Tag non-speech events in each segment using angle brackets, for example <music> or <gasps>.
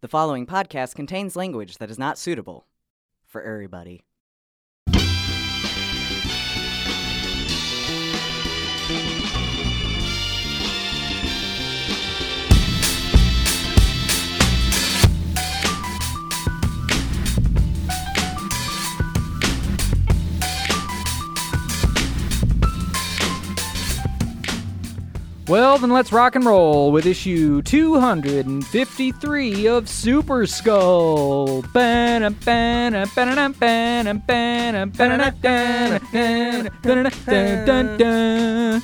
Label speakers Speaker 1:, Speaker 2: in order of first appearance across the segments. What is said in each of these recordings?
Speaker 1: The following podcast contains language that is not suitable for everybody.
Speaker 2: Well, then let's rock and roll with issue 253 of Super Skull. Ba-na, ba-na, ba-na, ba-na, ba-na, ba-na, ba-na, ba-na, ba-na, dun, dun, dun.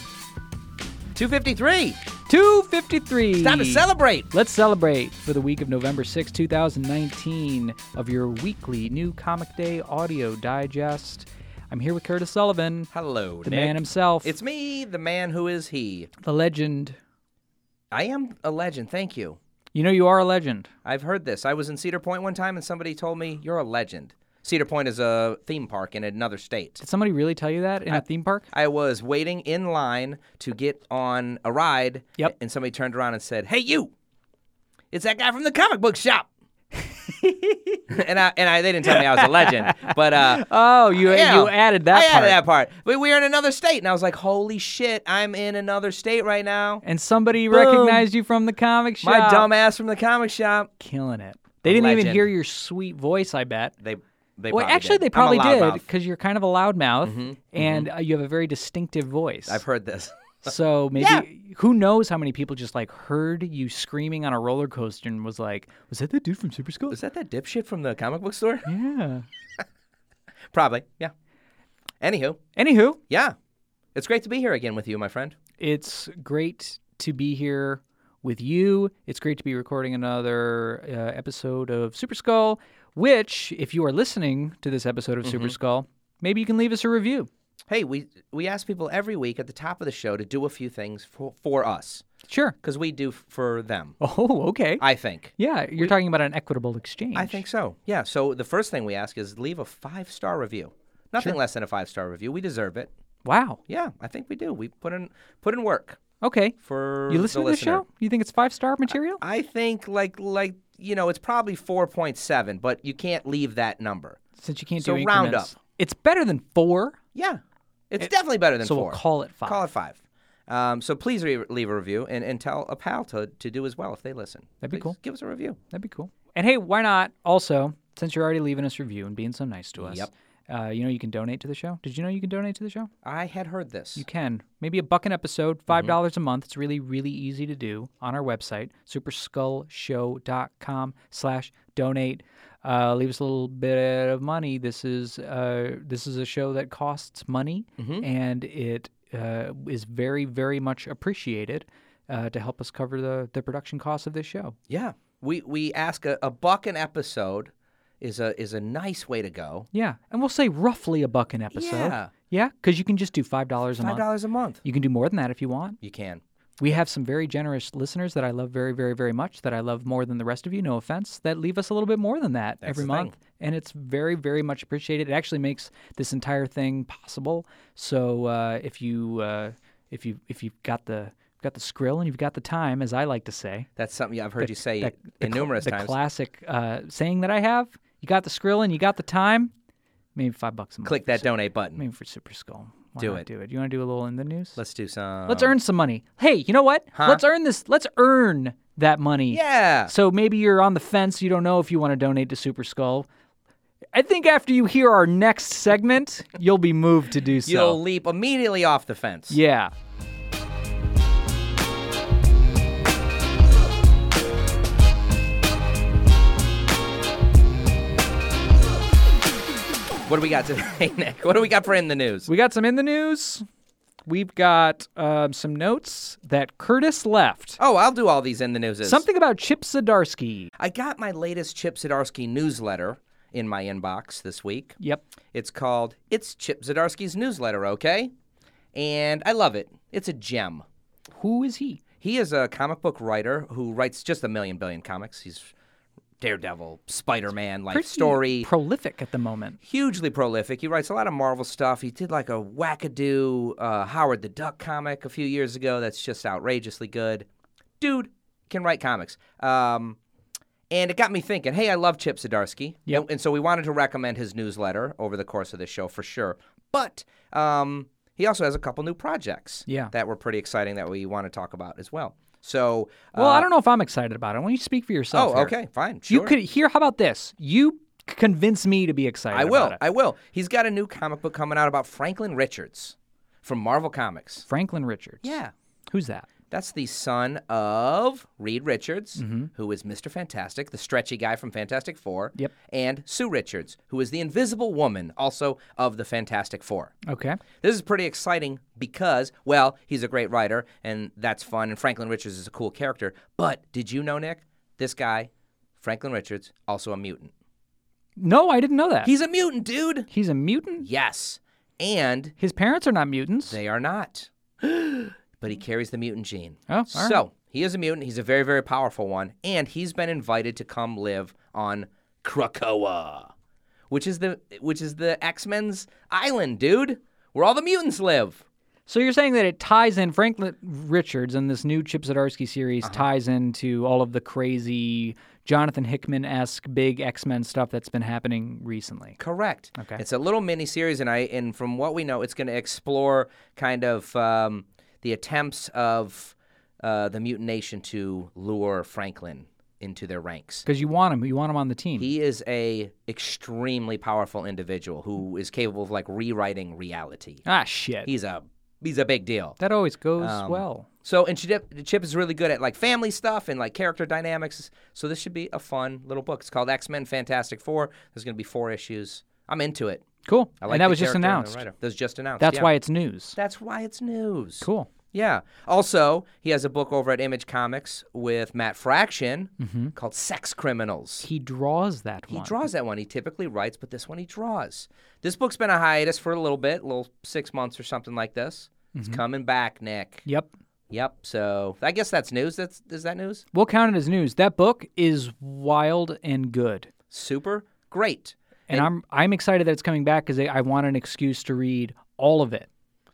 Speaker 3: 253.
Speaker 2: 253.
Speaker 3: Time to celebrate.
Speaker 2: Let's celebrate for the week of November 6, 2019, of your weekly New Comic Day audio digest. I'm here with Curtis Sullivan,
Speaker 3: Hello,
Speaker 2: the
Speaker 3: Nick.
Speaker 2: man himself,
Speaker 3: It's me, the man who is he.
Speaker 2: the legend.
Speaker 3: I am a legend. Thank you.
Speaker 2: You know, you are a legend.
Speaker 3: I've heard this. I was in Cedar Point one time and somebody told me, You're a legend. Cedar Point is a theme park in another state.
Speaker 2: Did somebody really tell you that in a theme park?
Speaker 3: I was waiting in line to get on a ride.
Speaker 2: Yep.
Speaker 3: And somebody turned around and said, Hey, you. It's that guy from the comic
Speaker 2: <laughs>
Speaker 3: book shop. and I, and I, they didn't tell me I was a legend, but uh,
Speaker 2: <laughs> Oh, you
Speaker 3: Yeah.
Speaker 2: you added that
Speaker 3: I
Speaker 2: part.
Speaker 3: added that part. But we were in another state, and I was like, "Holy shit, I'm in another state right now."
Speaker 2: And somebody recognized you from the comic shop.
Speaker 3: My dumb ass from the comic shop.
Speaker 2: killing it. They didn't even
Speaker 3: legend.
Speaker 2: hear your sweet voice. I bet.
Speaker 3: They, they.
Speaker 2: Well,
Speaker 3: probably
Speaker 2: actually,
Speaker 3: did.
Speaker 2: they
Speaker 3: I'm a
Speaker 2: probably
Speaker 3: loud
Speaker 2: did
Speaker 3: mouth.
Speaker 2: because you're kind of a loudmouth, and uh, you have a very distinctive voice.
Speaker 3: I've heard this. <laughs>
Speaker 2: so maybe who knows how many people just like heard you screaming on a roller coaster and was like, "Was that the dude from Super Skull?"
Speaker 3: Was that that dipshit from the comic book <laughs> store?
Speaker 2: Yeah.
Speaker 3: probably. Yeah. Anywho,
Speaker 2: Anywho,
Speaker 3: yeah, it's great to be here again with you, my friend.
Speaker 2: it's great to be here with you. It's great to be recording another uh, episode of Super Skull, which, if you are listening to this episode of
Speaker 3: Mm-hmm.
Speaker 2: Super Skull, maybe you can leave us a review.
Speaker 3: Hey, we we ask people every week at the top of the show to do a few things for for us
Speaker 2: Sure.
Speaker 3: because we do f- for them.
Speaker 2: Oh, <laughs> okay.
Speaker 3: I think.
Speaker 2: yeah, you're talking about an equitable exchange.
Speaker 3: I think so. Yeah. So the first thing we ask is leave a five star review. Nothing less than a five star review. We deserve it.
Speaker 2: Wow.
Speaker 3: Yeah, I think we do. We put in put in work
Speaker 2: Okay.
Speaker 3: for
Speaker 2: You listen to
Speaker 3: the
Speaker 2: the
Speaker 3: listener. Uh,
Speaker 2: show? You think it's five star material?
Speaker 3: I think like like you know it's probably four point seven, but you can't leave that number.
Speaker 2: Since you can't
Speaker 3: so
Speaker 2: do
Speaker 3: round
Speaker 2: increments. It's better than four,
Speaker 3: Yeah, it's definitely better than
Speaker 2: so we
Speaker 3: four.
Speaker 2: we'll call it five.
Speaker 3: Call it five. Um, so please re- leave a review and, and tell a pal to, to do as well if they listen.
Speaker 2: That'd be
Speaker 3: Please
Speaker 2: cool.
Speaker 3: Give us a review.
Speaker 2: That'd be cool. And hey, why not also, since you're already leaving us review and being so nice to us,
Speaker 3: Yep.
Speaker 2: uh, you know you can donate to the show? Did you know you can donate to the show?
Speaker 3: I had heard this.
Speaker 2: You can. Maybe a buck an episode,
Speaker 3: Mm-hmm.
Speaker 2: $5 dollars a month. It's really, really easy to do on our website, superskullshow.com slash donate. Uh, leave us a little bit of money. This is uh, this is a show that costs money,
Speaker 3: Mm-hmm.
Speaker 2: and it uh, is very, very much appreciated uh, to help us cover the, the production costs of this show.
Speaker 3: yeah, we we ask a, a buck an episode is a is a nice way to go.
Speaker 2: Yeah, and we'll say roughly a buck an episode.
Speaker 3: Yeah.
Speaker 2: yeah, because you can just do five dollars a
Speaker 3: Five
Speaker 2: month.
Speaker 3: dollars a month.
Speaker 2: You can do more than that if you want.
Speaker 3: You can.
Speaker 2: We have some very generous listeners that I love very, very, very much, that I love more than the rest of you, no offense, that leave us a little bit more than that every
Speaker 3: the
Speaker 2: month. And it's very, very much appreciated. It actually makes this entire thing possible. So uh, if you uh, if you if you've got the got the skrill and you've got the time, as I like to say,
Speaker 3: That's something I've heard you say
Speaker 2: that-
Speaker 3: in
Speaker 2: cl-
Speaker 3: numerous
Speaker 2: the
Speaker 3: times.
Speaker 2: classic uh, saying that I have, you got the skrill and you got the time, maybe five bucks a month.
Speaker 3: Click that donate button.
Speaker 2: Maybe for Super Skull. Why
Speaker 3: Do
Speaker 2: not
Speaker 3: it.
Speaker 2: Do it. You want to do a little in the news?
Speaker 3: Let's do some.
Speaker 2: Let's earn some money. Hey, you know what? Let's earn this. Let's earn that money.
Speaker 3: Yeah.
Speaker 2: So maybe you're on the fence. You don't know if you want to donate to Super Skull. I think after you hear our next segment, you'll be moved to do so.
Speaker 3: You'll leap immediately off the fence.
Speaker 2: yeah.
Speaker 3: What do we got today, <laughs> Nick? What do we got for in the news?
Speaker 2: We got some in the news. We've got um, some notes that Curtis left.
Speaker 3: oh, I'll do all these in the news.
Speaker 2: Something about Chip Zdarsky.
Speaker 3: I got my latest Chip Zdarsky newsletter in my inbox this week.
Speaker 2: Yep.
Speaker 3: It's called "It's Chip Zdarsky's Newsletter," okay? And I love it. It's a gem.
Speaker 2: Who is he?
Speaker 3: He is a comic book writer who writes just a million billion comics. He's Daredevil, Spider-Man, Life
Speaker 2: Pretty
Speaker 3: Story,
Speaker 2: Prolific at the moment.
Speaker 3: hugely prolific. He writes a lot of Marvel stuff. He did like a wackadoo uh, Howard the Duck comic a few years ago that's just outrageously good. Dude can write comics. Um, And it got me thinking, hey, I love Chip Zdarsky.
Speaker 2: Yep.
Speaker 3: And, and so we wanted to recommend his newsletter over the course of this show for sure. But um, he also has a couple new projects
Speaker 2: Yeah.
Speaker 3: that were pretty exciting that we want to talk about as well. So,
Speaker 2: Well,
Speaker 3: uh,
Speaker 2: I don't know if I'm excited about it. Why don't you speak for yourself?
Speaker 3: oh,
Speaker 2: here?
Speaker 3: okay, fine.
Speaker 2: You
Speaker 3: sure.
Speaker 2: could here. How about this? You c- convince me to be excited.
Speaker 3: I will.
Speaker 2: about it.
Speaker 3: I will. He's got a new comic book coming out about Franklin Richards from Marvel Comics.
Speaker 2: Franklin Richards.
Speaker 3: Yeah.
Speaker 2: Who's that?
Speaker 3: That's the son of Reed Richards,
Speaker 2: Mm-hmm.
Speaker 3: who is Mr. Fantastic, the stretchy guy from Fantastic Four.
Speaker 2: Yep.
Speaker 3: And Sue Richards, who is the Invisible Woman, also of the Fantastic Four.
Speaker 2: Okay.
Speaker 3: This is pretty exciting because, well, he's a great writer and that's fun, and Franklin Richards is a cool character. But did you know, Nick? This guy, Franklin Richards, also a mutant.
Speaker 2: No, I didn't know that.
Speaker 3: He's a mutant, dude!
Speaker 2: He's a mutant.
Speaker 3: Yes. And
Speaker 2: His parents are not mutants.
Speaker 3: They
Speaker 2: <gasps>
Speaker 3: are not. but he carries the mutant gene.
Speaker 2: Oh, all right.
Speaker 3: so he is a mutant. He's a very, very powerful one. And he's been invited to come live on Krakoa, which is the which is the X Men's island, dude, where all the mutants live.
Speaker 2: so you're saying that it ties in Franklin Richards and this new Chip Zdarsky series
Speaker 3: Uh-huh.
Speaker 2: ties into all of the crazy Jonathan Hickman esque big X Men stuff that's been happening recently.
Speaker 3: Correct.
Speaker 2: Okay.
Speaker 3: It's a little mini series, and I and from what we know, it's going to explore kind of um, the attempts of uh, the mutant nation to lure Franklin into their ranks.
Speaker 2: Because you want him. You want him on the team.
Speaker 3: He is a extremely powerful individual who is capable of like rewriting reality.
Speaker 2: ah, shit.
Speaker 3: He's a he's a big deal.
Speaker 2: that always goes
Speaker 3: Um,
Speaker 2: well.
Speaker 3: So and Chip, Chip is really good at like family stuff and like character dynamics. So this should be a fun little book. It's called X Men Fantastic Four. There's going to be four issues. I'm into it.
Speaker 2: Cool.
Speaker 3: I like
Speaker 2: and that
Speaker 3: the
Speaker 2: was just
Speaker 3: character and the
Speaker 2: announced.
Speaker 3: writer. That was just announced.
Speaker 2: That's
Speaker 3: yeah.
Speaker 2: why it's news.
Speaker 3: That's why it's news.
Speaker 2: cool.
Speaker 3: Yeah. Also, he has a book over at Image Comics with Matt Fraction
Speaker 2: Mm-hmm.
Speaker 3: called Sex Criminals.
Speaker 2: He draws that
Speaker 3: He
Speaker 2: one.
Speaker 3: draws that one. He typically writes, but this one he draws. This book's been a hiatus for a little bit, a little six months or something like this. It's
Speaker 2: Mm-hmm.
Speaker 3: coming back, Nick.
Speaker 2: Yep.
Speaker 3: Yep. So I guess that's news. That's is that news?
Speaker 2: We'll count it as news. That book is wild and good.
Speaker 3: Super great.
Speaker 2: And, I'm I'm excited that it's coming back because I want an excuse to read all of it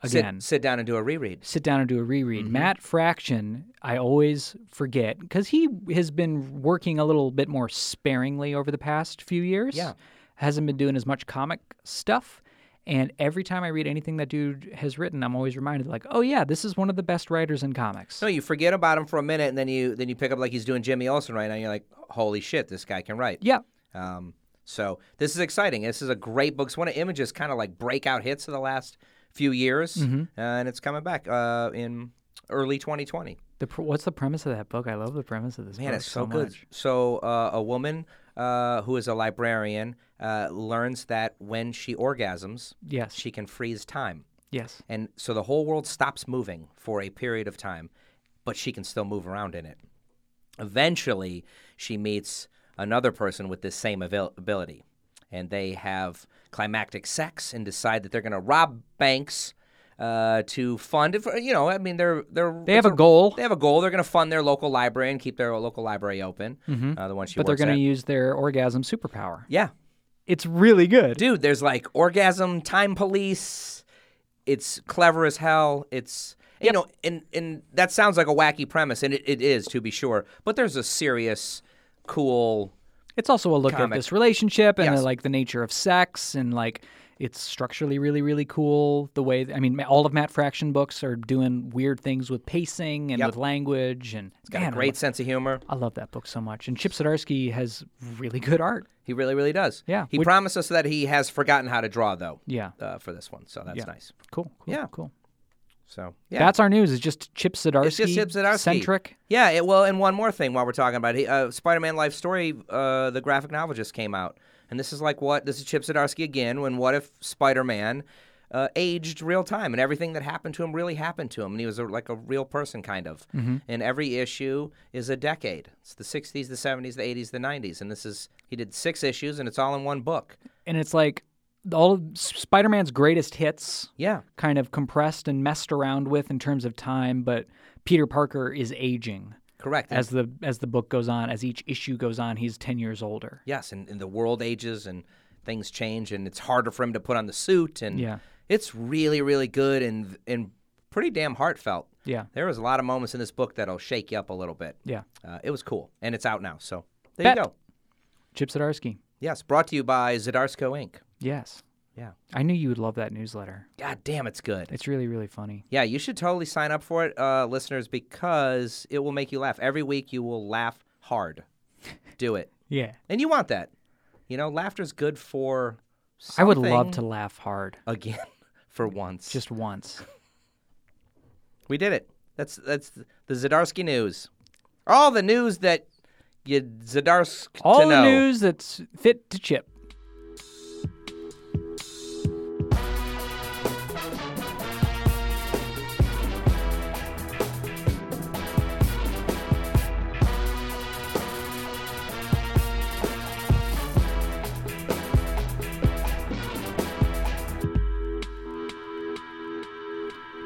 Speaker 3: Sit- Mm-hmm.
Speaker 2: again.
Speaker 3: sit down and do a reread.
Speaker 2: sit down and do a reread. Matt Fraction, I always forget because he has been working a little bit more sparingly over the past few years.
Speaker 3: Yeah.
Speaker 2: Hasn't been doing as much comic stuff. And every time I read anything that dude has written, I'm always reminded, like, oh, yeah, this is one of the best writers in comics.
Speaker 3: No, you forget about him for a minute, and then you then you pick up like he's doing Jimmy Olsen right now. And you're like, holy shit, this guy can write.
Speaker 2: yeah.
Speaker 3: Um, so this is exciting. This is a great book. It's one of Image's kind of like breakout hits of the last few years,
Speaker 2: Mm-hmm.
Speaker 3: uh, and it's coming back uh, in early 2020.
Speaker 2: The pr- what's the premise of that book? I love the premise of this book.
Speaker 3: Man, it's so, good.
Speaker 2: much.
Speaker 3: So uh, a woman uh, who is a librarian uh, learns that when she orgasms,
Speaker 2: Yes.
Speaker 3: she can freeze time,
Speaker 2: yes.
Speaker 3: and so the whole world stops moving for a period of time, but she can still move around in it. Eventually, she meets another person with this same avail- ability, and they have climactic sex and decide that they're going to rob banks. Uh, to fund it, for, you know, I mean, they're they're
Speaker 2: They have
Speaker 3: it's
Speaker 2: a goal,
Speaker 3: they have a goal. They're going to fund their local library and keep their local library open. Uh, the one she
Speaker 2: Mm-hmm. but they're
Speaker 3: works
Speaker 2: going to
Speaker 3: at.
Speaker 2: use their orgasm superpower.
Speaker 3: yeah,
Speaker 2: It's really good.
Speaker 3: dude. There's like orgasm time police. It's clever as hell. It's you know, and and that sounds like a wacky premise, and it, it is to be sure. But there's a serious, cool.
Speaker 2: It's also a look at
Speaker 3: Comic.
Speaker 2: this relationship and
Speaker 3: Yes.
Speaker 2: uh, like the nature of sex and like it's structurally really really cool. The way I mean, ma- all of Matt Fraction books are doing weird things with pacing and
Speaker 3: Yep.
Speaker 2: with language and
Speaker 3: Got
Speaker 2: man,
Speaker 3: a
Speaker 2: I
Speaker 3: great
Speaker 2: lo-
Speaker 3: sense of humor.
Speaker 2: I love that book so much. And Chip Zdarsky has really good art.
Speaker 3: He really, really does.
Speaker 2: Yeah.
Speaker 3: He
Speaker 2: Would-
Speaker 3: promised us that he has forgotten how to draw though.
Speaker 2: Yeah.
Speaker 3: Uh, for this one, so that's
Speaker 2: Yeah.
Speaker 3: nice.
Speaker 2: Cool. cool
Speaker 3: Yeah.
Speaker 2: Cool.
Speaker 3: So yeah.
Speaker 2: That's our news. It's just Chip Zdarsky.
Speaker 3: It's just Chip Zdarsky.
Speaker 2: centric.
Speaker 3: Yeah. It, well, and one more thing while we're talking about it, uh, Spider-Man: Life Story, uh, the graphic novel just came out, and this is like what this is Chip Zdarsky again. When what if Spider-Man uh, aged real time and everything that happened to him really happened to him, and he was a, like a real person kind of. And every issue is a decade. It's the '60s, the '70s, the '80s, the '90s, and this is he did six issues, and it's all in one book.
Speaker 2: And it's like all of Spider-Man's greatest hits
Speaker 3: Yeah.
Speaker 2: kind of compressed and messed around with in terms of time, but Peter Parker is aging.
Speaker 3: Correct.
Speaker 2: as the as the book goes on, as each issue goes on, he's ten years older.
Speaker 3: Yes, and, and the world ages and things change, and it's harder for him to put on the suit. And
Speaker 2: Yeah.
Speaker 3: it's really, really good and and pretty damn heartfelt.
Speaker 2: Yeah,
Speaker 3: There was a lot of moments in this book that'll shake you up a little bit.
Speaker 2: yeah.
Speaker 3: Uh, it was cool, and it's out now. So There
Speaker 2: Bet.
Speaker 3: you go.
Speaker 2: Chip Zdarsky.
Speaker 3: Yes, brought to you by Zadarsko Inc.
Speaker 2: Yes.
Speaker 3: Yeah.
Speaker 2: I knew you would love that newsletter.
Speaker 3: God damn, it's good.
Speaker 2: It's really, really funny.
Speaker 3: Yeah, you should totally sign up for it, uh, listeners, because it will make you laugh. Every week you will laugh
Speaker 2: <laughs>
Speaker 3: hard. Do it.
Speaker 2: Yeah.
Speaker 3: And you want that. You know, laughter's good for
Speaker 2: I would love to
Speaker 3: something.
Speaker 2: laugh hard
Speaker 3: again <laughs> for once.
Speaker 2: just once.
Speaker 3: we did it. That's that's the Zadarsky news. All the news that you Zadarsk
Speaker 2: All
Speaker 3: to
Speaker 2: the
Speaker 3: know.
Speaker 2: news that's fit to Chip.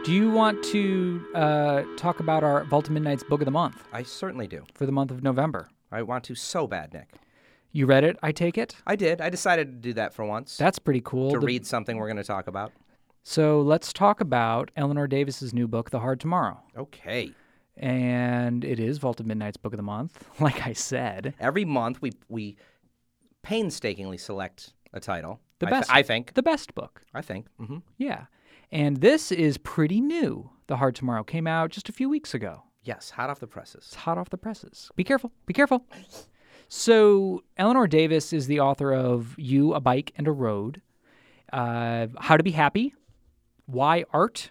Speaker 2: Do you want to uh, talk about our Vault of Midnight's Book of the Month
Speaker 3: I certainly do.
Speaker 2: for the month of November?
Speaker 3: I want to so bad, Nick.
Speaker 2: You read it, I take it?
Speaker 3: I did. I decided to do that for once.
Speaker 2: That's pretty cool.
Speaker 3: to
Speaker 2: The-
Speaker 3: read something we're going to talk about.
Speaker 2: So let's talk about Eleanor Davis's new book, The Hard Tomorrow.
Speaker 3: Okay.
Speaker 2: And it is Vault of Midnight's Book of the Month, <laughs> like I said.
Speaker 3: Every month we we painstakingly select a title.
Speaker 2: The
Speaker 3: I th-
Speaker 2: best.
Speaker 3: I think.
Speaker 2: The best book.
Speaker 3: I think. hmm
Speaker 2: Yeah. And this is pretty new. The Hard Tomorrow came out just a few weeks ago.
Speaker 3: Yes, hot off the presses.
Speaker 2: It's hot off the presses. Be careful. Be careful. So, Eleanor Davis is the author of You, A Bike, and a Road, uh, How to Be Happy, Why Art,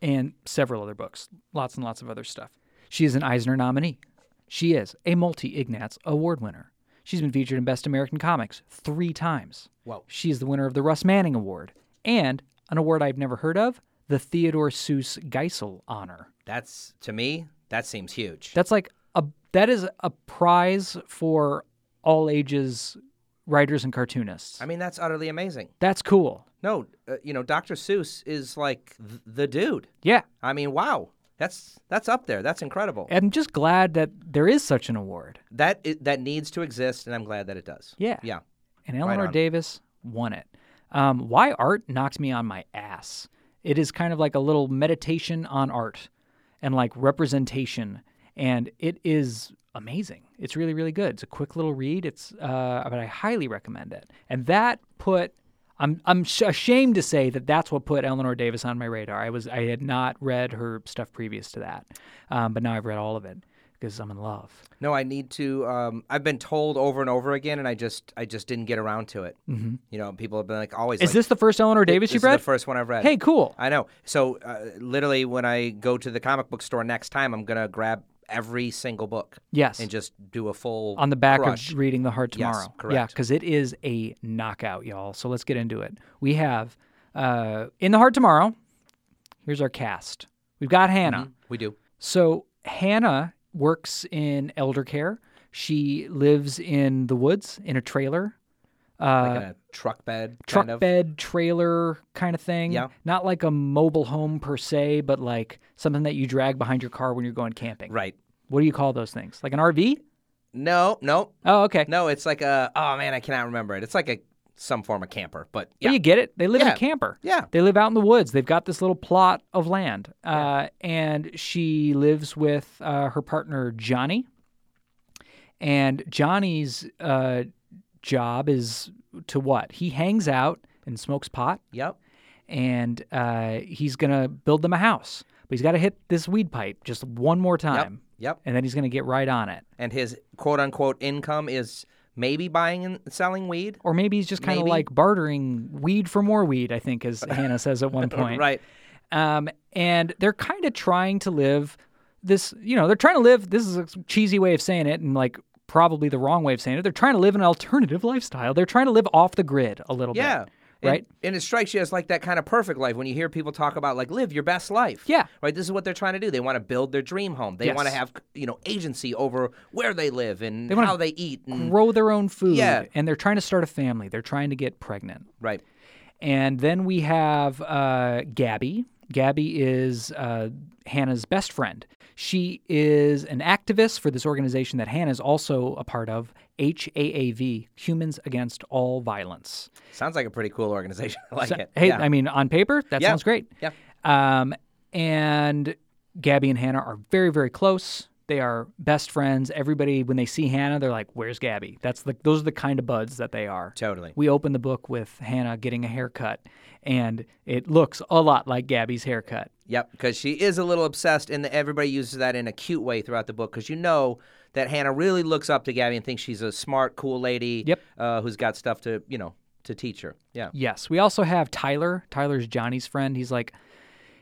Speaker 2: and several other books. Lots and lots of other stuff. She is an Eisner nominee. She is a multi Ignatz Award winner. She's been featured in Best American Comics three times.
Speaker 3: Whoa.
Speaker 2: She is the winner of the Russ Manning Award and an award I've never heard of, the Theodore Seuss Geisel Honor.
Speaker 3: That's to me. That seems huge.
Speaker 2: That's like a that is a prize for all ages writers and cartoonists.
Speaker 3: I mean, that's utterly amazing.
Speaker 2: That's cool.
Speaker 3: No, uh, you know, Dr. Seuss is like th- the dude.
Speaker 2: Yeah.
Speaker 3: I mean, wow. That's that's up there. That's incredible.
Speaker 2: I'm just glad that there is such an award.
Speaker 3: That i- that needs to exist, and I'm glad that it does.
Speaker 2: Yeah.
Speaker 3: Yeah.
Speaker 2: And Eleanor
Speaker 3: on.
Speaker 2: Davis won it. Um, Why Art knocked me on my ass. It is kind of like a little meditation on art and like representation. And it is amazing. It's really, really good. It's a quick little read. It's, uh, but I highly recommend it. And that put, I'm, I'm sh- ashamed to say that that's what put Eleanor Davis on my radar. I was, I had not read her stuff previous to that, um, but now I've read all of it because I'm in love.
Speaker 3: No, I need to. Um, I've been told over and over again, and I just I just didn't get around to it. Mm-hmm. You know, people have been like always.
Speaker 2: Is
Speaker 3: like,
Speaker 2: this the first Eleanor Davis
Speaker 3: this
Speaker 2: you've
Speaker 3: is
Speaker 2: read?
Speaker 3: the first one I've read.
Speaker 2: hey, cool.
Speaker 3: I know. So uh, literally, when I go to the comic book store next time, I'm gonna grab every single book
Speaker 2: Yes.
Speaker 3: and just do a full
Speaker 2: on the back
Speaker 3: crush.
Speaker 2: of reading the heart
Speaker 3: Yes,
Speaker 2: tomorrow. Yeah,
Speaker 3: correct.
Speaker 2: because it is a knockout, y'all. So let's get into it. We have uh, in the heart tomorrow. Here's our cast. We've got Hannah.
Speaker 3: Mm-hmm. We do.
Speaker 2: So Hannah works in elder care. She lives in the woods in a trailer, uh,
Speaker 3: like in a truck bed.
Speaker 2: truck
Speaker 3: kind of.
Speaker 2: bed trailer kind of thing.
Speaker 3: Yeah.
Speaker 2: Not like a mobile home per se, but like something that you drag behind your car when you're going camping.
Speaker 3: Right.
Speaker 2: What do you call those things? Like an RV?
Speaker 3: No, no,
Speaker 2: Oh, okay.
Speaker 3: no. It's like a. Oh man, I cannot remember it. It's like a some form of camper, but
Speaker 2: But
Speaker 3: yeah,
Speaker 2: you get it. They live in
Speaker 3: Yeah.
Speaker 2: a camper.
Speaker 3: yeah.
Speaker 2: They live out in the woods. They've got this little plot of land. Uh, and she lives with uh, her partner, Johnny. And Johnny's uh, job is to what? He hangs out and smokes pot,
Speaker 3: Yep.
Speaker 2: and uh, he's going to build them a house. But he's got to hit this weed pipe just one more time,
Speaker 3: Yep.
Speaker 2: and then he's going to get right on it.
Speaker 3: And his quote unquote income is maybe buying and selling weed.
Speaker 2: Or maybe he's just kind of
Speaker 3: Maybe.
Speaker 2: like bartering weed for more weed, I think, as Hannah says at one point.
Speaker 3: <laughs> Right.
Speaker 2: um, and they're kind of trying to live this you know they're trying to live this is a cheesy way of saying it and like probably the wrong way of saying it they're trying to live an alternative lifestyle they're trying to live off the grid a little
Speaker 3: Yeah.
Speaker 2: bit
Speaker 3: And-
Speaker 2: right?
Speaker 3: And it strikes you as like that kind of perfect life when you hear people talk about like live your best life.
Speaker 2: Yeah.
Speaker 3: Right. This is what they're trying to do. They want to build their dream home. They want to
Speaker 2: Yes.
Speaker 3: have you know agency over where they live and
Speaker 2: wanna
Speaker 3: how they eat. And,
Speaker 2: grow their own food
Speaker 3: Yeah.
Speaker 2: and they're trying to start a family they're trying to get pregnant
Speaker 3: right.
Speaker 2: and then we have uh, gabby gabby is uh, hannah's best friend she is an activist for this organization that hannah is also a part of haav humans against all violence
Speaker 3: Sounds like a pretty cool organization. <laughs> I like it.
Speaker 2: Hey,
Speaker 3: yeah.
Speaker 2: I mean, on paper, that
Speaker 3: Yeah.
Speaker 2: sounds great.
Speaker 3: Yeah.
Speaker 2: Um, and Gabby and Hannah are very, very close. They are best friends. Everybody, when they see Hannah, they're like, "Where's Gabby?" That's the those are the kind of buds that they are.
Speaker 3: Totally.
Speaker 2: We open the book with Hannah getting a haircut, and it looks a lot like Gabby's haircut.
Speaker 3: Yep, because she is a little obsessed, and everybody uses that in a cute way throughout the book. Because you know that Hannah really looks up to Gabby and thinks she's a smart, cool lady.
Speaker 2: Yep.
Speaker 3: Uh, who's got stuff to you know to teach her. Yeah.
Speaker 2: Yes. We also have Tyler. Tyler's Johnny's friend. He's like,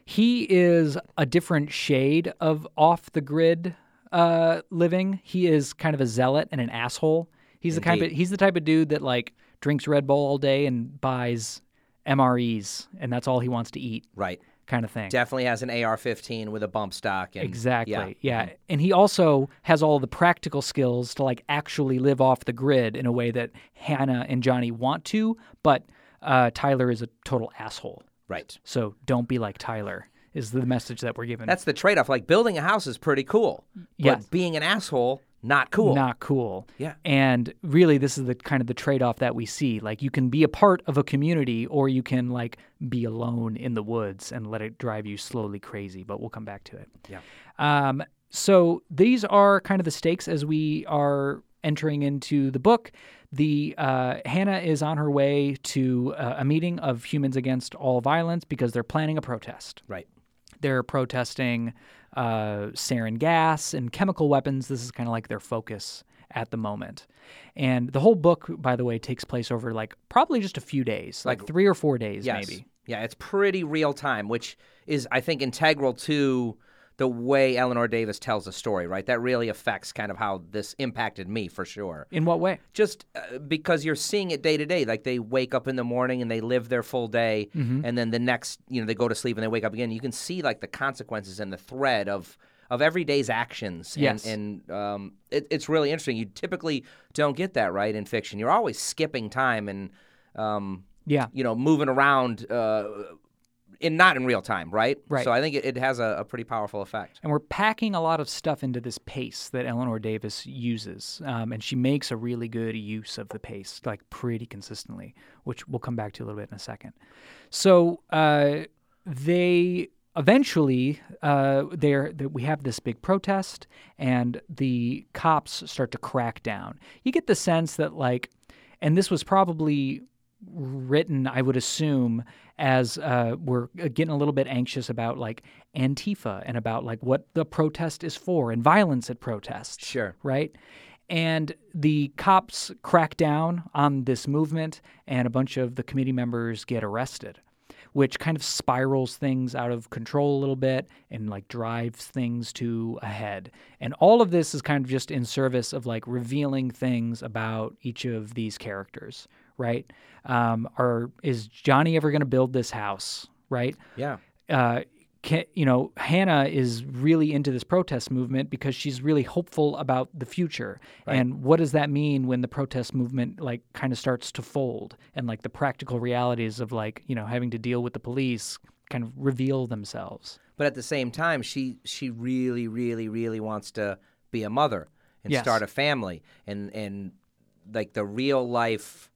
Speaker 2: he is a different shade of off the grid uh, living. He is kind of a zealot and an asshole. He's the kind of
Speaker 3: Indeed.
Speaker 2: he's the type of dude that like drinks Red Bull all day and buys MREs, and that's all he wants to eat,
Speaker 3: Right.
Speaker 2: kind of thing.
Speaker 3: Definitely has an AR-15 with a bump stock. And,
Speaker 2: Exactly.
Speaker 3: Yeah.
Speaker 2: Yeah. And he also has all the practical skills to like actually live off the grid in a way that Hannah and Johnny want to, but uh, Tyler is a total asshole.
Speaker 3: Right.
Speaker 2: So don't be like Tyler is the message that we're given.
Speaker 3: That's the trade-off. Like building a house is pretty cool,
Speaker 2: Yes.
Speaker 3: but being an asshole not cool.
Speaker 2: not cool.
Speaker 3: Yeah.
Speaker 2: And really this is the kind of the trade-off that we see. Like you can be a part of a community or you can like be alone in the woods and let it drive you slowly crazy, but we'll come back to it.
Speaker 3: Yeah.
Speaker 2: Um, so these are kind of the stakes as we are entering into the book. The uh, Hannah is on her way to uh, a meeting of Humans Against All Violence because they're planning a protest.
Speaker 3: Right.
Speaker 2: They're protesting uh, sarin gas and chemical weapons. This is kind of like their focus at the moment. And the whole book, by the way, takes place over like probably just a few days, like, three or four days,
Speaker 3: Yes.
Speaker 2: maybe.
Speaker 3: Yeah, it's pretty real time, which is, I think, integral to the way Eleanor Davis tells a story, right? That really affects kind of how this impacted me for sure.
Speaker 2: In what way?
Speaker 3: Just uh, because you're seeing it day to day. Like they wake up in the morning and they live their full day, and then the next, you know, they go to sleep and they wake up again. You can see like the consequences and the thread of. Of every day's actions,
Speaker 2: Yes.
Speaker 3: and, and um, it, it's really interesting. You typically don't get that right in fiction. You're always skipping time and um,
Speaker 2: Yeah.
Speaker 3: you know, moving around uh, in not in real time, right?
Speaker 2: Right.
Speaker 3: So I think it, it has a, a pretty powerful effect.
Speaker 2: And we're packing a lot of stuff into this pace that Eleanor Davis uses. Um, and she makes a really good use of the pace, like pretty consistently, which we'll come back to a little bit in a second. So uh, they eventually uh, they're, that we have this big protest and the cops start to crack down. You get the sense that like, and this was probably written, I would assume, as uh, we're getting a little bit anxious about like Antifa and about like what the protest is for and violence at protests
Speaker 3: Sure.
Speaker 2: right? And the cops crack down on this movement, and a bunch of the committee members get arrested, which kind of spirals things out of control a little bit and like drives things to a head. And all of this is kind of just in service of like revealing things about each of these characters, right? Um, or is Johnny ever going to build this house, right?
Speaker 3: Yeah.
Speaker 2: uh, can, you know, Hannah is really into this protest movement because she's really hopeful about the future. And what does that mean when the protest movement like kind of starts to fold and like the practical realities of like, you know, having to deal with the police kind of reveal themselves?
Speaker 3: But at the same time, she she really, really, really wants to be a mother and
Speaker 2: Yes.
Speaker 3: start a family and and like the real life.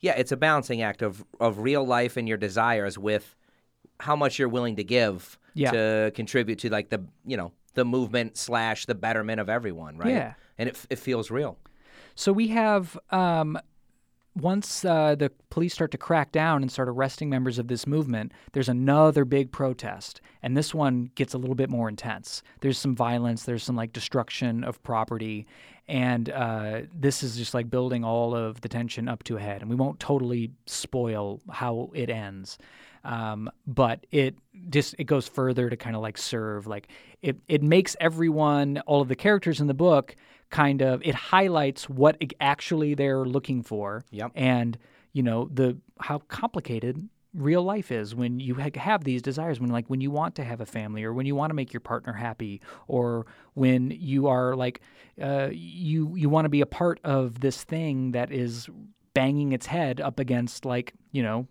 Speaker 3: Yeah, it's a balancing act of of real life and your desires with how much you're willing to give
Speaker 2: Yeah.
Speaker 3: to contribute to like the you know the movement slash the betterment of everyone, right?
Speaker 2: Yeah.
Speaker 3: And it, it feels real.
Speaker 2: So we have um, once uh, the police start to crack down and start arresting members of this movement, there's another big protest, and this one gets a little bit more intense. There's some violence, there's some like destruction of property, and uh, this is just like building all of the tension up to a head. And we won't totally spoil how it ends, um, but it just it goes further to kind of like serve like it it makes everyone all of the characters in the book kind of it highlights what e- actually they're looking for
Speaker 3: Yep.
Speaker 2: and you know the how complicated real life is when you ha- have these desires when like when you want to have a family or when you want to make your partner happy or when you are like uh, you you want to be a part of this thing that is banging its head up against like you know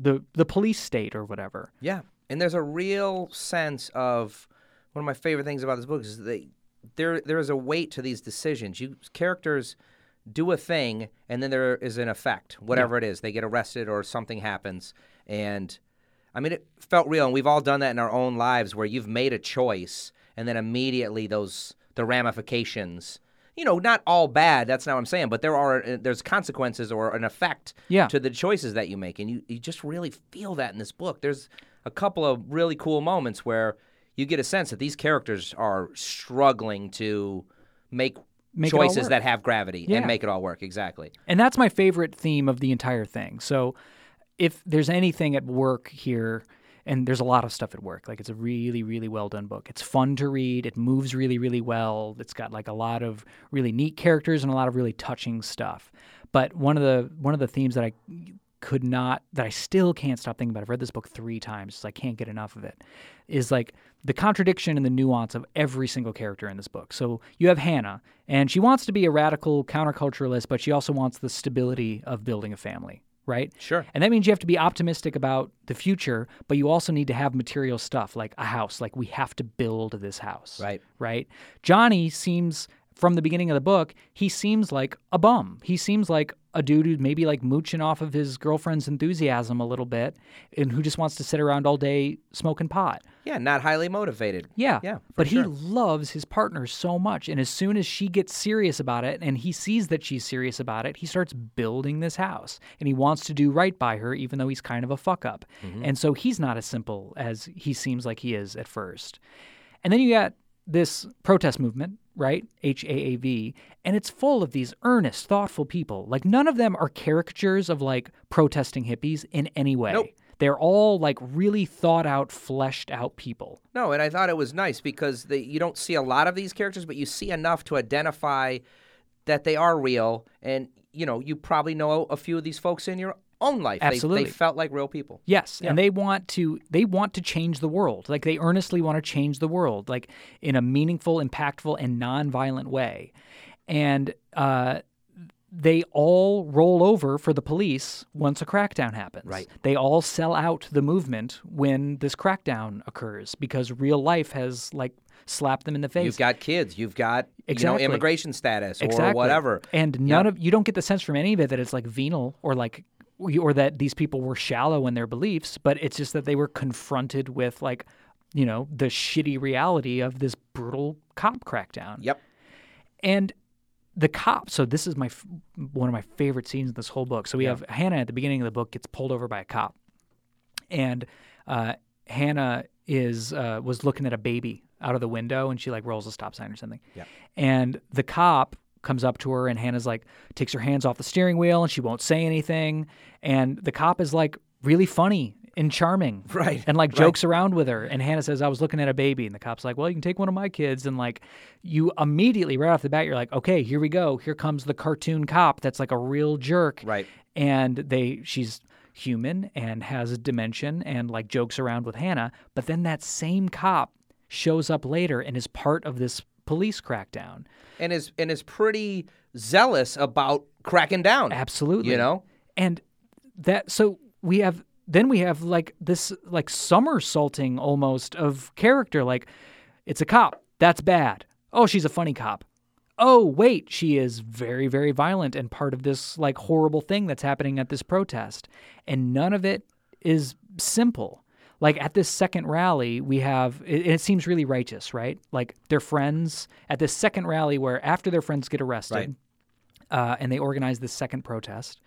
Speaker 2: the the police state or whatever
Speaker 3: Yeah, and there's a real sense of one of my favorite things about this book is that there there is a weight to these decisions. You characters do a thing, and then there is an effect, whatever it is. They get arrested or something happens, and I mean it felt real. And we've all done that in our own lives where you've made a choice, and then immediately those the ramifications. You know, not all bad. That's not what I'm saying, but there are uh, there's consequences or an effect
Speaker 2: Yeah.
Speaker 3: to the choices that you make, and you you just really feel that in this book. There's a couple of really cool moments where you get a sense that these characters are struggling to make,
Speaker 2: Make it all
Speaker 3: choices
Speaker 2: work.
Speaker 3: that have gravity
Speaker 2: Yeah.
Speaker 3: and make it all work exactly.
Speaker 2: And that's my favorite theme of the entire thing. So if there's anything at work here, and there's a lot of stuff at work, like it's a really, really well done book. It's fun to read. It moves really, really well. It's got like a lot of really neat characters and a lot of really touching stuff. But one of the one of the themes that I could not that I still can't stop thinking about. I've read this book three times, so I can't get enough of it. Is like the contradiction and the nuance of every single character in this book. So you have Hannah, and she wants to be a radical counterculturalist, but she also wants the stability of building a family, right?
Speaker 3: Sure.
Speaker 2: And that means you have to be optimistic about the future, but you also need to have material stuff like a house. Like we have to build this house
Speaker 3: Right.
Speaker 2: right? Johnny seems from the beginning of the book, he seems like a bum. He seems like a dude who's maybe like mooching off of his girlfriend's enthusiasm a little bit and who just wants to sit around all day smoking pot.
Speaker 3: Yeah, not highly motivated.
Speaker 2: Yeah.
Speaker 3: Yeah, for
Speaker 2: But
Speaker 3: sure.
Speaker 2: he loves his partner so much. And as soon as she gets serious about it and he sees that she's serious about it, he starts building this house and he wants to do right by her, even though he's kind of a fuck up.
Speaker 3: Mm-hmm.
Speaker 2: And so he's not as simple as he seems like he is at first. And then you got this protest movement, right? HAAV. And it's full of these earnest, thoughtful people. Like none of them are caricatures of like protesting hippies in any way.
Speaker 3: Nope.
Speaker 2: They're all like really thought out, fleshed out people.
Speaker 3: No, and I thought it was nice because they, you don't see a lot of these characters, but you see enough to identify that they are real. And, you know, you probably know a few of these folks in your own life. They- They,
Speaker 2: Absolutely.
Speaker 3: felt like real people.
Speaker 2: Yes, and they want to they want to change the world. Like they earnestly want to change the world, like in a meaningful, impactful, and nonviolent way. And uh, they all roll over for the police once a crackdown happens.
Speaker 3: Right.
Speaker 2: They all sell out the movement when this crackdown occurs because real life has like slapped them in the face.
Speaker 3: You've got kids, you've got,
Speaker 2: Exactly.
Speaker 3: you know, immigration status or
Speaker 2: Exactly.
Speaker 3: whatever.
Speaker 2: And none of you don't get the sense from any of it that it's like venal or like or that these people were shallow in their beliefs, but it's just that they were confronted with like, you know, the shitty reality of this brutal cop crackdown.
Speaker 3: Yep.
Speaker 2: And the cop, so this is my f- one of my favorite scenes in this whole book. So we have Hannah at the beginning of the book gets pulled over by a cop, and uh, Hannah is uh, was looking at a baby out of the window, and she like rolls a stop sign or something.
Speaker 3: Yeah.
Speaker 2: And the cop comes up to her, and Hannah's like takes her hands off the steering wheel, and she won't say anything. And the cop is like really funny and charming,
Speaker 3: Right.
Speaker 2: and like jokes around with her. And Hannah says, I was looking at a baby. And the cop's like, Well, you can take one of my kids. And like, you immediately, right off the bat, you're like, Okay, here we go. Here comes the cartoon cop that's like a real jerk.
Speaker 3: Right.
Speaker 2: And they, she's human and has a dimension and like jokes around with Hannah. But then that same cop shows up later and is part of this police crackdown.
Speaker 3: And is and is pretty zealous about cracking down.
Speaker 2: Absolutely.
Speaker 3: You know?
Speaker 2: and that so we have then we have like this like somersaulting almost of character like it's a cop that's bad oh she's a funny cop oh wait she is very very violent and part of this like horrible thing that's happening at this protest and none of it is simple like at this second rally we have it, it seems really righteous right like their friends at this second rally where after their friends get arrested
Speaker 3: Right.
Speaker 2: uh, and they organize this second protest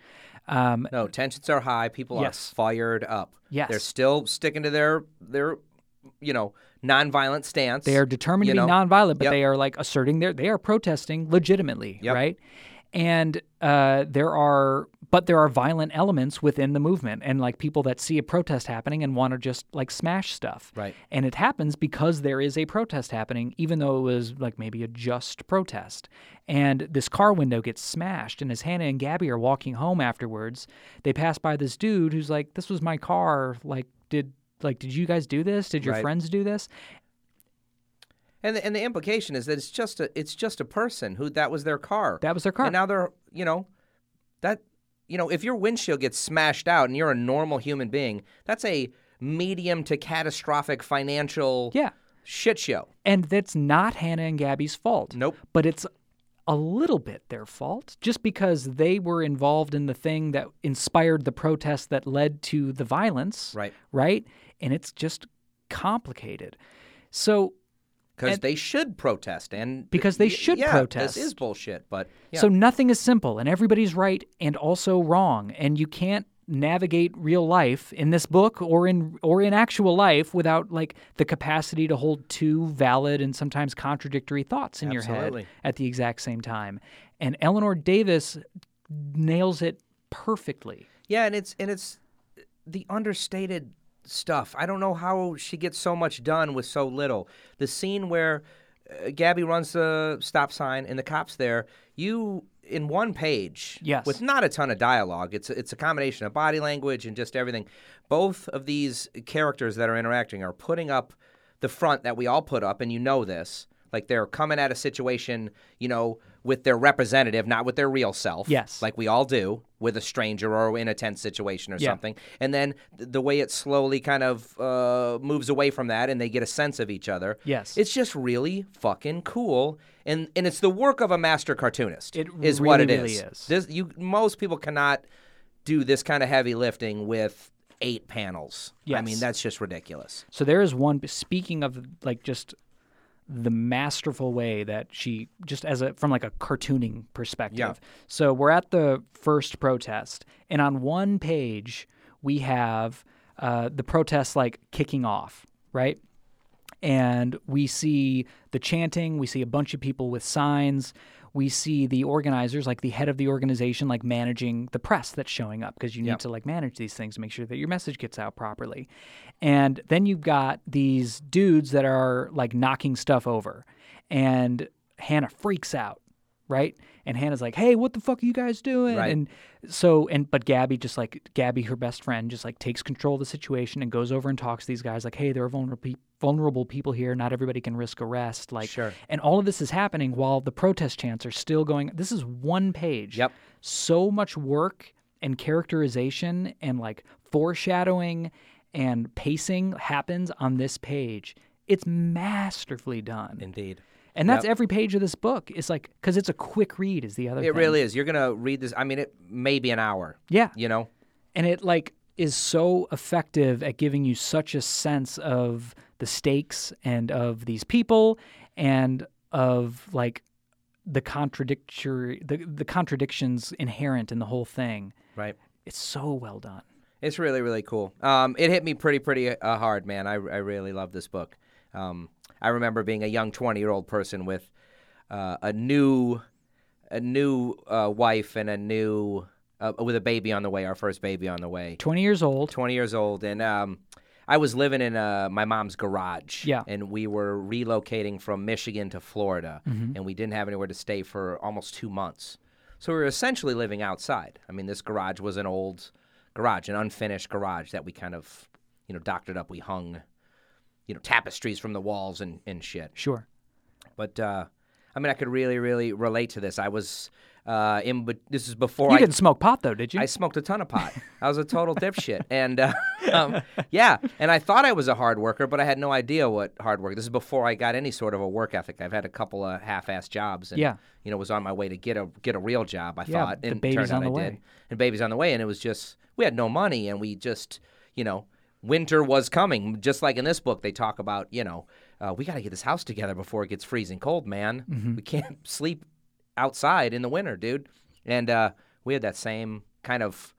Speaker 3: No, tensions are high. People
Speaker 2: Yes.
Speaker 3: are fired up.
Speaker 2: Yes.
Speaker 3: They're still sticking to their their you know, nonviolent stance.
Speaker 2: They are determined
Speaker 3: you
Speaker 2: to be
Speaker 3: know?
Speaker 2: nonviolent, but
Speaker 3: Yep.
Speaker 2: they are like asserting their they are protesting legitimately,
Speaker 3: Yep.
Speaker 2: right? And uh, there are but there are violent elements within the movement and like people that see a protest happening and want to just like smash stuff.
Speaker 3: Right.
Speaker 2: And it happens because there is a protest happening, even though it was like maybe a just protest. And this car window gets smashed. And as Hannah and Gabby are walking home afterwards, they pass by this dude who's like, This was my car. Like, did like did you guys do this? Did your
Speaker 3: Right.
Speaker 2: friends do this?
Speaker 3: And the, and the implication is that it's just a it's just a person who that was their car.
Speaker 2: That was their car.
Speaker 3: And now they're you know that you know if your windshield gets smashed out and you're a normal human being, that's a medium to catastrophic financial
Speaker 2: Yeah.
Speaker 3: shit show.
Speaker 2: And that's not Hannah and Gabby's fault.
Speaker 3: Nope.
Speaker 2: But it's a little bit their fault just because they were involved in the thing that inspired the protest that led to the violence.
Speaker 3: Right.
Speaker 2: Right. And it's just complicated. So
Speaker 3: because
Speaker 2: And-
Speaker 3: they should protest and
Speaker 2: Because they
Speaker 3: y-
Speaker 2: should
Speaker 3: yeah,
Speaker 2: protest.
Speaker 3: This is bullshit, but yeah.
Speaker 2: So nothing is simple, and everybody's right and also wrong, and you can't navigate real life in this book or in or in actual life without like the capacity to hold two valid and sometimes contradictory thoughts in your
Speaker 3: Absolutely.
Speaker 2: head at the exact same time. And Eleanor Davis nails it perfectly.
Speaker 3: Yeah, and it's and it's the understated stuff. I don't know how she gets so much done with so little. The scene where uh, Gabby runs the stop sign and the cops there, you in one page
Speaker 2: Yes.
Speaker 3: with not a ton of dialogue. It's it's a combination of body language and just everything. Both of these characters that are interacting are putting up the front that we all put up and you know this. Like they're coming at a situation, you know, with their representative, not with their real self
Speaker 2: Yes.
Speaker 3: like we all do with a stranger or in a tense situation or
Speaker 2: Yeah.
Speaker 3: something and then th- the way it slowly kind of uh, moves away from that and they get a sense of each other
Speaker 2: Yes.
Speaker 3: it's just really fucking cool and and it's the work of a master cartoonist
Speaker 2: It
Speaker 3: is what it
Speaker 2: really,
Speaker 3: is.
Speaker 2: really is.
Speaker 3: this you most people cannot do this kind of heavy lifting with eight panels i
Speaker 2: Yes.
Speaker 3: mean that's just ridiculous
Speaker 2: So there is one. Speaking of like just the masterful way that she just as a from like a cartooning perspective.
Speaker 3: Yeah.
Speaker 2: So we're at the first protest, and on one page we have uh, the protest like kicking off, right? and we see the chanting, we see a bunch of people with signs, we see the organizers, like the head of the organization, like managing the press that's showing up because you need to like manage these things to make sure that your message gets out properly. And then you've got these dudes that are like knocking stuff over, and Hannah freaks out, right? And Hannah's like, "Hey, what the fuck are you guys doing?"
Speaker 3: Right.
Speaker 2: And so and but Gabby just like Gabby, her best friend, just like takes control of the situation and goes over and talks to these guys like, "Hey, there are vulnerable vulnerable people here. Not everybody can risk arrest." Like,
Speaker 3: Sure.
Speaker 2: And all of this is happening while the protest chants are still going. This is one page.
Speaker 3: Yep.
Speaker 2: So much work and characterization and like foreshadowing and pacing happens on this page. It's masterfully done.
Speaker 3: indeed
Speaker 2: And that's every page of this book. It's like because it's a quick read is the other.
Speaker 3: it
Speaker 2: thing.
Speaker 3: really is you're gonna read this i mean it may be an hour
Speaker 2: Yeah,
Speaker 3: you know
Speaker 2: and it like is so effective at giving you such a sense of the stakes and of these people and of like the contradictory the, the contradictions inherent in the whole thing.
Speaker 3: right
Speaker 2: It's so well done.
Speaker 3: It's really really cool. Um, it hit me pretty pretty uh, hard, man. I, I really love this book. Um, I remember being a young twenty year old person with uh, a new a new uh, wife and a new uh, with a baby on the way. Our first baby on the way.
Speaker 2: Twenty years old.
Speaker 3: Twenty years old, and um, I was living in uh, my mom's garage.
Speaker 2: Yeah.
Speaker 3: and we were relocating from Michigan to Florida, and we didn't have anywhere to stay for almost two months. So we were essentially living outside. I mean, this garage was an old garage, an unfinished garage that we kind of, you know, doctored up. We hung, you know, tapestries from the walls and, and shit.
Speaker 2: Sure.
Speaker 3: But uh, I mean, I could really, really relate to this. I was uh, in, but this is before
Speaker 2: You
Speaker 3: Oh, I
Speaker 2: didn't smoke pot though, did you?
Speaker 3: I smoked a ton
Speaker 2: <laughs>
Speaker 3: of pot. I was a total dipshit, and uh, um, yeah, and I thought I was a hard worker, but I had no idea what hard work. This is before I got any sort of a work ethic. I've had a couple of half-ass jobs, and
Speaker 2: Yeah.
Speaker 3: you know, was on my way to get a get a real job. I
Speaker 2: Yeah,
Speaker 3: thought,
Speaker 2: the
Speaker 3: and
Speaker 2: baby's
Speaker 3: turned out
Speaker 2: on the
Speaker 3: I
Speaker 2: way.
Speaker 3: did. And baby's on the way, and it was just we had no money, and we just you know winter was coming. Just like in this book, they talk about you know uh, we got to get this house together before it gets freezing cold, man.
Speaker 2: Mm-hmm.
Speaker 3: We can't <laughs> sleep outside in the winter, dude. And uh, we had that same kind of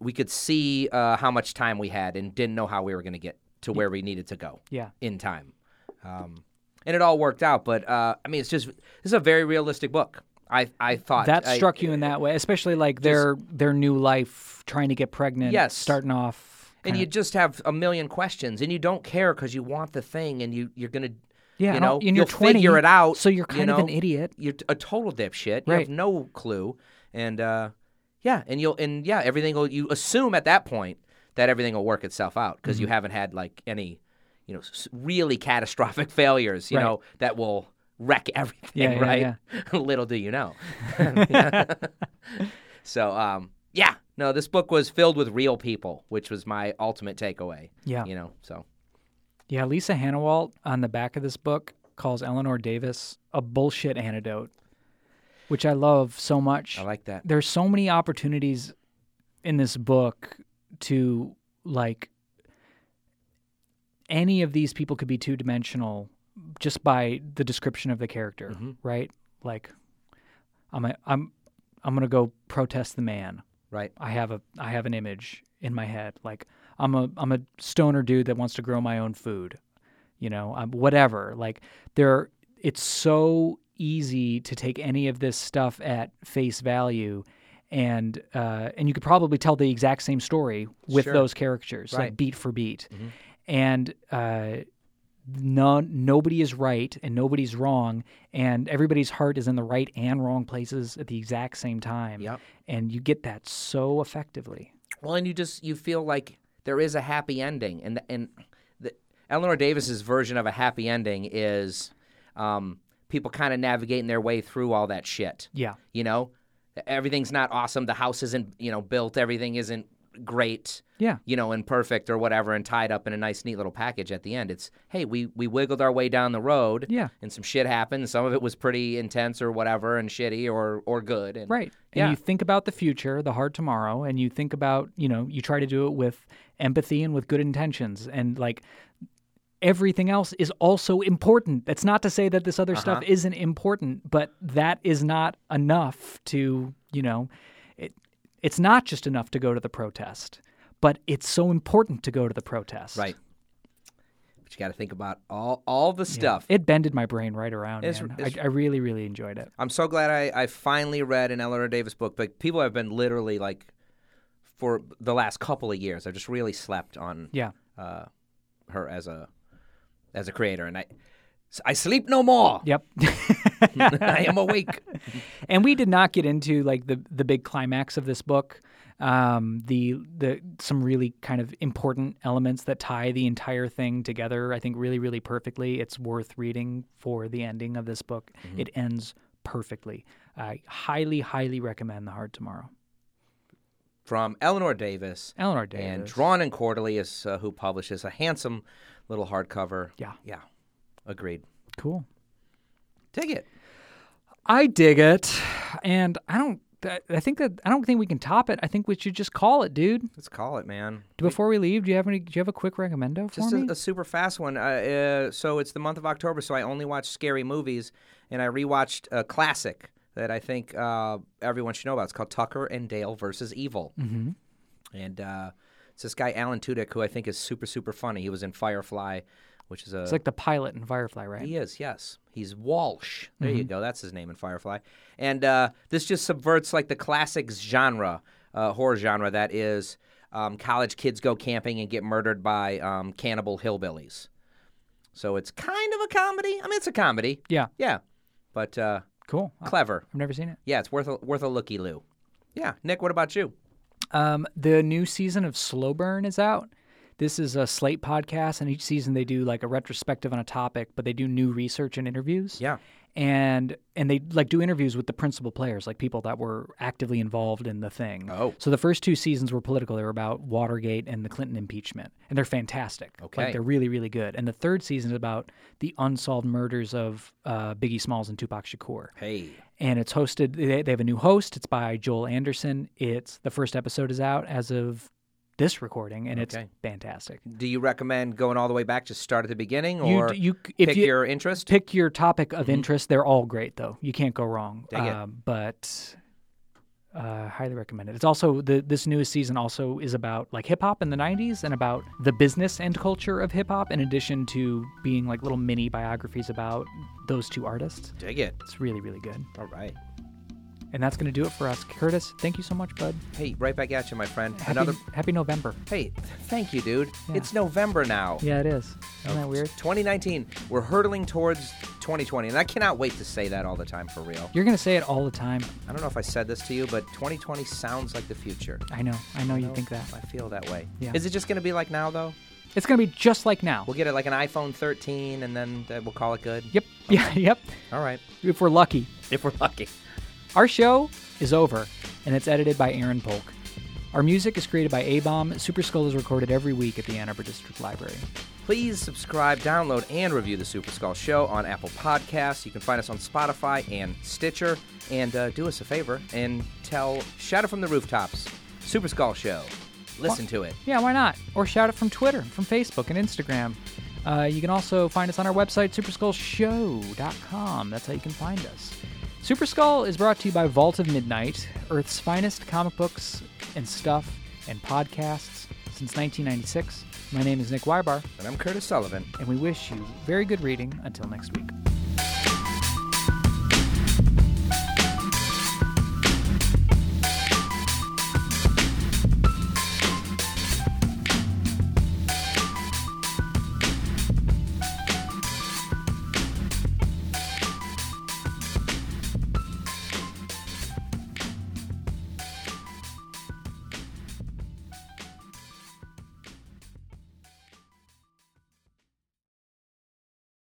Speaker 3: we could see uh, how much time we had and didn't know how we were going to get to where we needed to go
Speaker 2: yeah.
Speaker 3: in time. Um, and it all worked out. But uh, I mean, it's just this is a very realistic book. I I thought
Speaker 2: That
Speaker 3: I- uh,
Speaker 2: struck you in that way, especially like their their new life, trying to get pregnant,
Speaker 3: Yes.
Speaker 2: starting off.
Speaker 3: and you just have a million questions, and you don't care because you want the thing, and you you're gonna
Speaker 2: Yeah,
Speaker 3: you
Speaker 2: and
Speaker 3: know
Speaker 2: all- and
Speaker 3: you'll
Speaker 2: you're 20,
Speaker 3: figure it out.
Speaker 2: so you're
Speaker 3: you
Speaker 2: kind of an
Speaker 3: know?
Speaker 2: idiot.
Speaker 3: You're t- a total dipshit. You
Speaker 2: Right.
Speaker 3: have no clue, and uh, yeah, and you'll and yeah, everything will. You assume at that point that everything will work itself out because
Speaker 2: Mm-hmm.
Speaker 3: you haven't had like any, you know, s- really catastrophic <laughs> failures. You
Speaker 2: Right.
Speaker 3: know that will wreck <laughs> everything.
Speaker 2: Yeah, yeah,
Speaker 3: right? <laughs> Little do
Speaker 2: <laughs>
Speaker 3: you know. so um, yeah, no, this book was filled with real people, which was my ultimate takeaway.
Speaker 2: Yeah.
Speaker 3: you know, so
Speaker 2: Yeah, Lisa Hannawalt on the back of this book calls Eleanor Davis a bullshit antidote, which I love so much.
Speaker 3: I like that.
Speaker 2: There's so many opportunities in this book to like any of these people could be two dimensional, just by the description of the character,
Speaker 3: Mm-hmm.
Speaker 2: right? Like, I'm a, I'm I'm gonna go protest the man.
Speaker 3: Right.
Speaker 2: I have a I have an image in my head. Like I'm a I'm a stoner dude that wants to grow my own food. You know, I'm whatever. Like there it's so easy to take any of this stuff at face value and uh, and you could probably tell the exact same story with
Speaker 3: Sure.
Speaker 2: those characters,
Speaker 3: Right. Mm-hmm.
Speaker 2: like beat for beat. And uh no, nobody is right and nobody's wrong, and everybody's heart is in the right and wrong places at the exact same time.
Speaker 3: Yep.
Speaker 2: And you get that so effectively.
Speaker 3: Well, and you just you feel like there is a happy ending, and and the, Eleanor Davis's version of a happy ending is um, people kind of navigating their way through all that shit.
Speaker 2: Yeah.
Speaker 3: You know, everything's not awesome. The house isn't you know built. Everything isn't great.
Speaker 2: Yeah.
Speaker 3: You know, and perfect or whatever, and tied up in a nice, neat little package at the end. It's hey, we we wiggled our way down the road.
Speaker 2: Yeah.
Speaker 3: And some shit happened. Some of it was pretty intense or whatever, and shitty or or good. And,
Speaker 2: Right. And
Speaker 3: Yeah.
Speaker 2: you think about the future, the hard tomorrow, and you think about, you know, you try to do it with empathy and with good intentions. And like everything else is also important. That's not to say that this other stuff
Speaker 3: Uh-huh.
Speaker 2: isn't important, but that is not enough to, you know, it, it's not just enough to go to the protest, but it's so important to go to the protest.
Speaker 3: Right. But you got to think about all all the stuff.
Speaker 2: It bended my brain right around.
Speaker 3: It's-
Speaker 2: man.
Speaker 3: it's-
Speaker 2: I, I really, really enjoyed it.
Speaker 3: I'm so glad I, I finally read an Eleanor Davis book. But people have been literally like, for the last couple of years, I've just really slept on
Speaker 2: Yeah.
Speaker 3: uh, her as a as a creator, and I I sleep no more.
Speaker 2: Yep. <laughs>
Speaker 3: <laughs> I am awake.
Speaker 2: and we did not get into like the the big climax of this book um the the some really kind of important elements that tie the entire thing together i think really really perfectly it's worth reading for the ending of this book it ends perfectly i highly highly recommend the hard tomorrow
Speaker 3: From Eleanor Davis,
Speaker 2: eleanor davis
Speaker 3: and Drawn and Quarterly is uh, who publishes a handsome little hardcover.
Speaker 2: Yeah.
Speaker 3: yeah, agreed.
Speaker 2: cool
Speaker 3: Dig it.
Speaker 2: i dig it and i don't I- I think that I don't think we can top it. I think we should just call it, dude.
Speaker 3: Let's call it, man.
Speaker 2: Before we leave, do you have any? Do you have a quick recommendo for
Speaker 3: Just
Speaker 2: me?
Speaker 3: a, a super fast one. Uh, uh, so it's the month of October, so I only watch scary movies, and I rewatched a classic that I think uh, everyone should know about. It's called Tucker and Dale versus Evil, mm-hmm. and uh, it's this guy Alan Tudyk, who I think is super super funny. He was in Firefly, which is a
Speaker 2: it's like the pilot in Firefly, right? Mm-hmm.
Speaker 3: he is, yes. He's Walsh. There you go. That's his name in Firefly. And uh, this just subverts like the classic genre, uh, horror genre that is um, college kids go camping and get murdered by um, cannibal hillbillies. So it's kind of a comedy. I mean, it's a comedy.
Speaker 2: Yeah.
Speaker 3: Yeah. But uh,
Speaker 2: Cool. I-
Speaker 3: clever.
Speaker 2: I've never seen it.
Speaker 3: Yeah, it's worth a, worth a looky loo. Yeah. Nick, what about you?
Speaker 2: Um, the new season of Slow Burn is out. This is a Slate podcast, and each season they do like a retrospective on a topic, but they do new research and interviews.
Speaker 3: Yeah.
Speaker 2: And and they like do interviews with the principal players, like people that were actively involved in the thing.
Speaker 3: Oh.
Speaker 2: So the first two seasons were political. They were about Watergate and the Clinton impeachment, and they're fantastic.
Speaker 3: Okay.
Speaker 2: Like they're really really good. And the third season is about the unsolved murders of uh, Biggie Smalls and Tupac Shakur
Speaker 3: Hey.
Speaker 2: and it's hosted they, they have a new host it's by joel anderson it's the first episode is out as of this recording and
Speaker 3: Okay.
Speaker 2: it's fantastic
Speaker 3: Do you recommend going all the way back, just start at the beginning,
Speaker 2: you,
Speaker 3: or
Speaker 2: d- you c- if
Speaker 3: pick
Speaker 2: you
Speaker 3: your interest?
Speaker 2: pick your topic of interest they're all great though you can't go wrong
Speaker 3: Dang it.
Speaker 2: Um, but uh, highly recommend it it's also the this newest season also is about like hip-hop in the 90s and about the business and culture of hip-hop in addition to being like little mini biographies about those two artists
Speaker 3: Dig it.
Speaker 2: it's really really good
Speaker 3: All right.
Speaker 2: and that's going to do it for us curtis thank you so much bud
Speaker 3: Hey, right back at you, my friend.
Speaker 2: Happy,
Speaker 3: Another.
Speaker 2: happy November.
Speaker 3: Hey, thank you, dude. It's November now.
Speaker 2: Yeah, it is. Isn't that weird?
Speaker 3: 2019. We're hurtling towards 2020, and I cannot wait to say that all the time for real.
Speaker 2: You're gonna say it all the time.
Speaker 3: I don't know if I said this to you, but 2020 sounds like the future.
Speaker 2: I know. I know you think that.
Speaker 3: I feel that way.
Speaker 2: Yeah.
Speaker 3: Is it just going to be like now, though?
Speaker 2: It's gonna be just like now.
Speaker 3: We'll get it like an iPhone 13, and then that we'll call it good.
Speaker 2: Yep. <laughs> Yeah. Yep.
Speaker 3: All right.
Speaker 2: If we're lucky.
Speaker 3: If we're lucky.
Speaker 2: Our show is over, and it's edited by Aaron Polk. Our music is created by A Bomb. Super Skull is recorded every week at the Ann Arbor District Library.
Speaker 3: Please subscribe, download, and review the Super Skull Show on Apple Podcasts. You can find us on Spotify and Stitcher. And uh, do us a favor and tell Shout It From the Rooftops, Super Skull Show. Listen to it.
Speaker 2: Yeah, why not? Or shout it from Twitter, from Facebook, and Instagram. Uh, you can also find us on our website, superskullshow.com. That's how you can find us. Super Skull is brought to you by Vault of Midnight, Earth's finest comic books and stuff and podcasts since 1996. My name is Nick Weibar,
Speaker 3: And I'm Curtis Sullivan.
Speaker 2: and we wish you very good reading until next week.